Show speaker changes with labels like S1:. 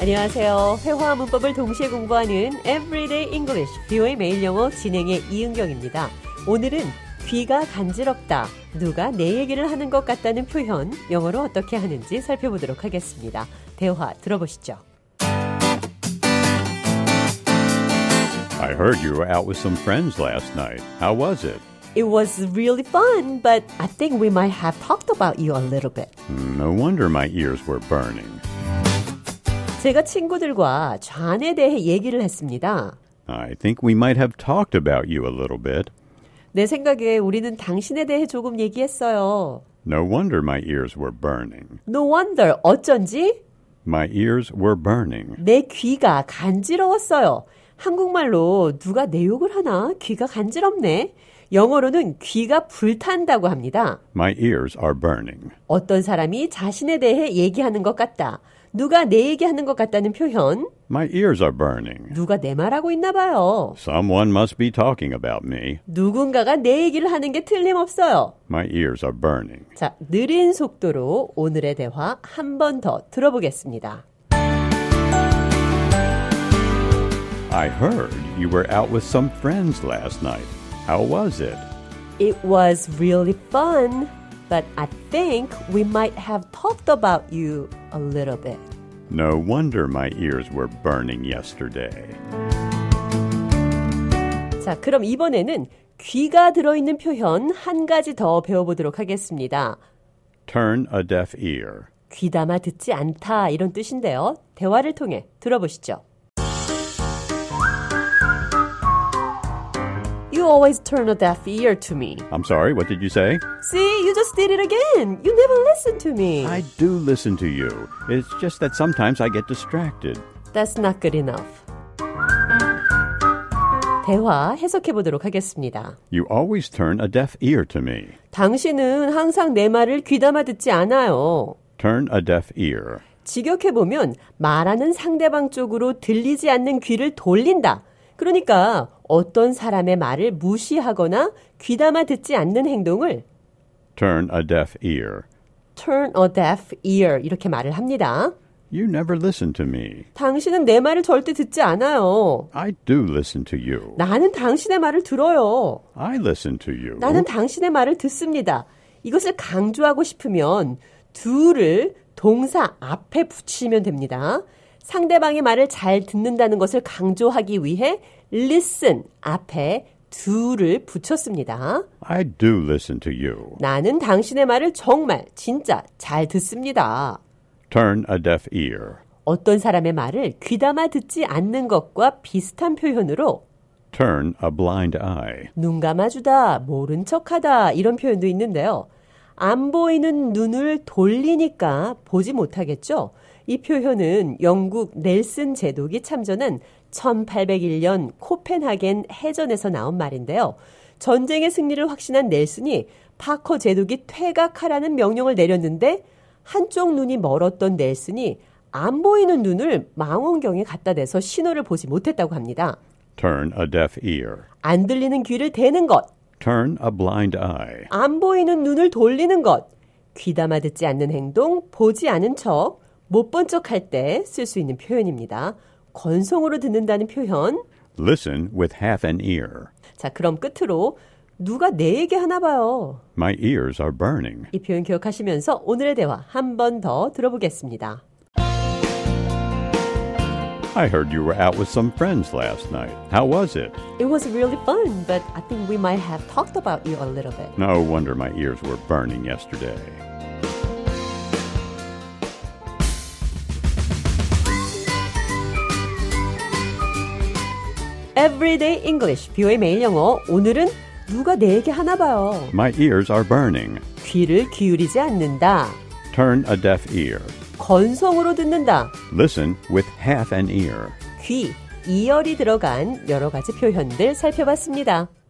S1: 안녕하세요. 회화와 문법을 동시에 공부하는 Everyday English, 뷰의 매일 영어 진행의 이은경입니다. 오늘은 귀가 간지럽다, 누가 내 얘기를 하는 것 같다는 표현, 영어로 어떻게 하는지 살펴보도록 하겠습니다. 대화 들어보시죠.
S2: I heard you were out with some friends last night. How was it?
S1: It was really fun, but I think we might have talked about you a little bit.
S2: No wonder my ears were burning.
S1: 제가 친구들과 좌안에 대해 얘기를 했습니다.
S2: I think we might have talked about you a little bit.
S1: 내 생각에 우리는 당신에 대해 조금 얘기했어요.
S2: No wonder my ears were burning.
S1: No wonder 어쩐지
S2: My ears were burning.
S1: 내 귀가 간지러웠어요. 한국말로 누가 내 욕을 하나 귀가 간지럽네. 영어로는 귀가 불탄다고 합니다.
S2: My ears are burning.
S1: 어떤 사람이 자신에 대해 얘기하는 것 같다. 누가 내 얘기하는 것 같다는 표현.
S2: My ears are burning.
S1: 누가 내 말하고 있나 봐요.
S2: Someone must be talking about me.
S1: 누군가가 내 얘기를 하는 게 틀림없어요.
S2: My ears are burning.
S1: 자, 느린 속도로 오늘의 대화 한 번 더 들어보겠습니다.
S2: I heard you were out with some friends last night. How was it?
S1: It was really fun, but I think we might have talked about you a little bit.
S2: No wonder my ears were burning yesterday.
S1: 자, 그럼 이번에는 귀가 들어있는 표현 한 가지 더 배워보도록 하겠습니다.
S2: Turn a deaf ear.
S1: 귀담아 듣지 않다 이런 뜻인데요. 대화를 통해 들어보시죠. You always turn a deaf ear to me.
S2: I'm sorry, what did you say?
S1: See, you just did it again. You never listen to me.
S2: I do listen to you. It's just that sometimes I get distracted.
S1: That's not good enough. 대화 해석해 보도록 하겠습니다.
S2: You always turn a deaf ear to me.
S1: 당신은 항상 내 말을 귀담아 듣지 않아요.
S2: Turn a deaf ear.
S1: 직역해 보면 말하는 상대방 쪽으로 들리지 않는 귀를 돌린다. 그러니까 어떤 사람의 말을 무시하거나 귀담아 듣지 않는 행동을
S2: Turn a deaf ear.
S1: turn a deaf ear 이렇게 말을 합니다.
S2: You never listen to me.
S1: 당신은 내 말을 절대 듣지 않아요.
S2: I do listen to you.
S1: 나는 당신의 말을 들어요.
S2: I listen to you.
S1: 나는 당신의 말을 듣습니다. 이것을 강조하고 싶으면 do를 동사 앞에 붙이면 됩니다. 상대방의 말을 잘 듣는다는 것을 강조하기 위해 listen 앞에 do를 붙였습니다.
S2: I do listen to you.
S1: 나는 당신의 말을 정말 진짜 잘 듣습니다.
S2: Turn a deaf ear.
S1: 어떤 사람의 말을 귀담아 듣지 않는 것과 비슷한 표현으로
S2: Turn a blind eye.
S1: 눈 감아주다, 모른 척하다 이런 표현도 있는데요. 안 보이는 눈을 돌리니까 보지 못하겠죠. 이 표현은 영국 넬슨 제독이 참전한 1801년 코펜하겐 해전에서 나온 말인데요. 전쟁의 승리를 확신한 넬슨이 파커 제독이 퇴각하라는 명령을 내렸는데 한쪽 눈이 멀었던 넬슨이 안 보이는 눈을 망원경에 갖다 대서 신호를 보지 못했다고 합니다.
S2: Turn a deaf ear.
S1: 안 들리는 귀를 대는 것,
S2: Turn a blind eye.
S1: 안 보이는 눈을 돌리는 것, 귀담아 듣지 않는 행동, 보지 않은 척, 못 본 척 할 때 쓸 수 있는 표현입니다. 건성으로 듣는다는 표현.
S2: Listen with half an ear.
S1: 자, 그럼 끝으로 누가 내 얘기 하나 봐요.
S2: My ears are burning.
S1: 이 표현 기억하시면서 오늘의 대화 한 번 더 들어보겠습니다.
S2: I heard you were out with some friends last night. How was it?
S1: It was really fun, but I think we might have talked about you a little bit.
S2: No wonder my ears were burning yesterday.
S1: Everyday English, 뷰의 매일 영어. 오늘은 누가 내 얘기 하나 봐요.
S2: My ears are burning.
S1: 귀를 기울이지 않는다.
S2: Turn a deaf ear.
S1: 건성으로 듣는다.
S2: Listen with half an ear.
S1: 귀, 이열이 들어간 여러 가지 표현들 살펴봤습니다.